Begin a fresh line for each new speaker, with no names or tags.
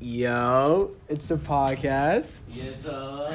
Yo, it's the podcast.
Yes, uh.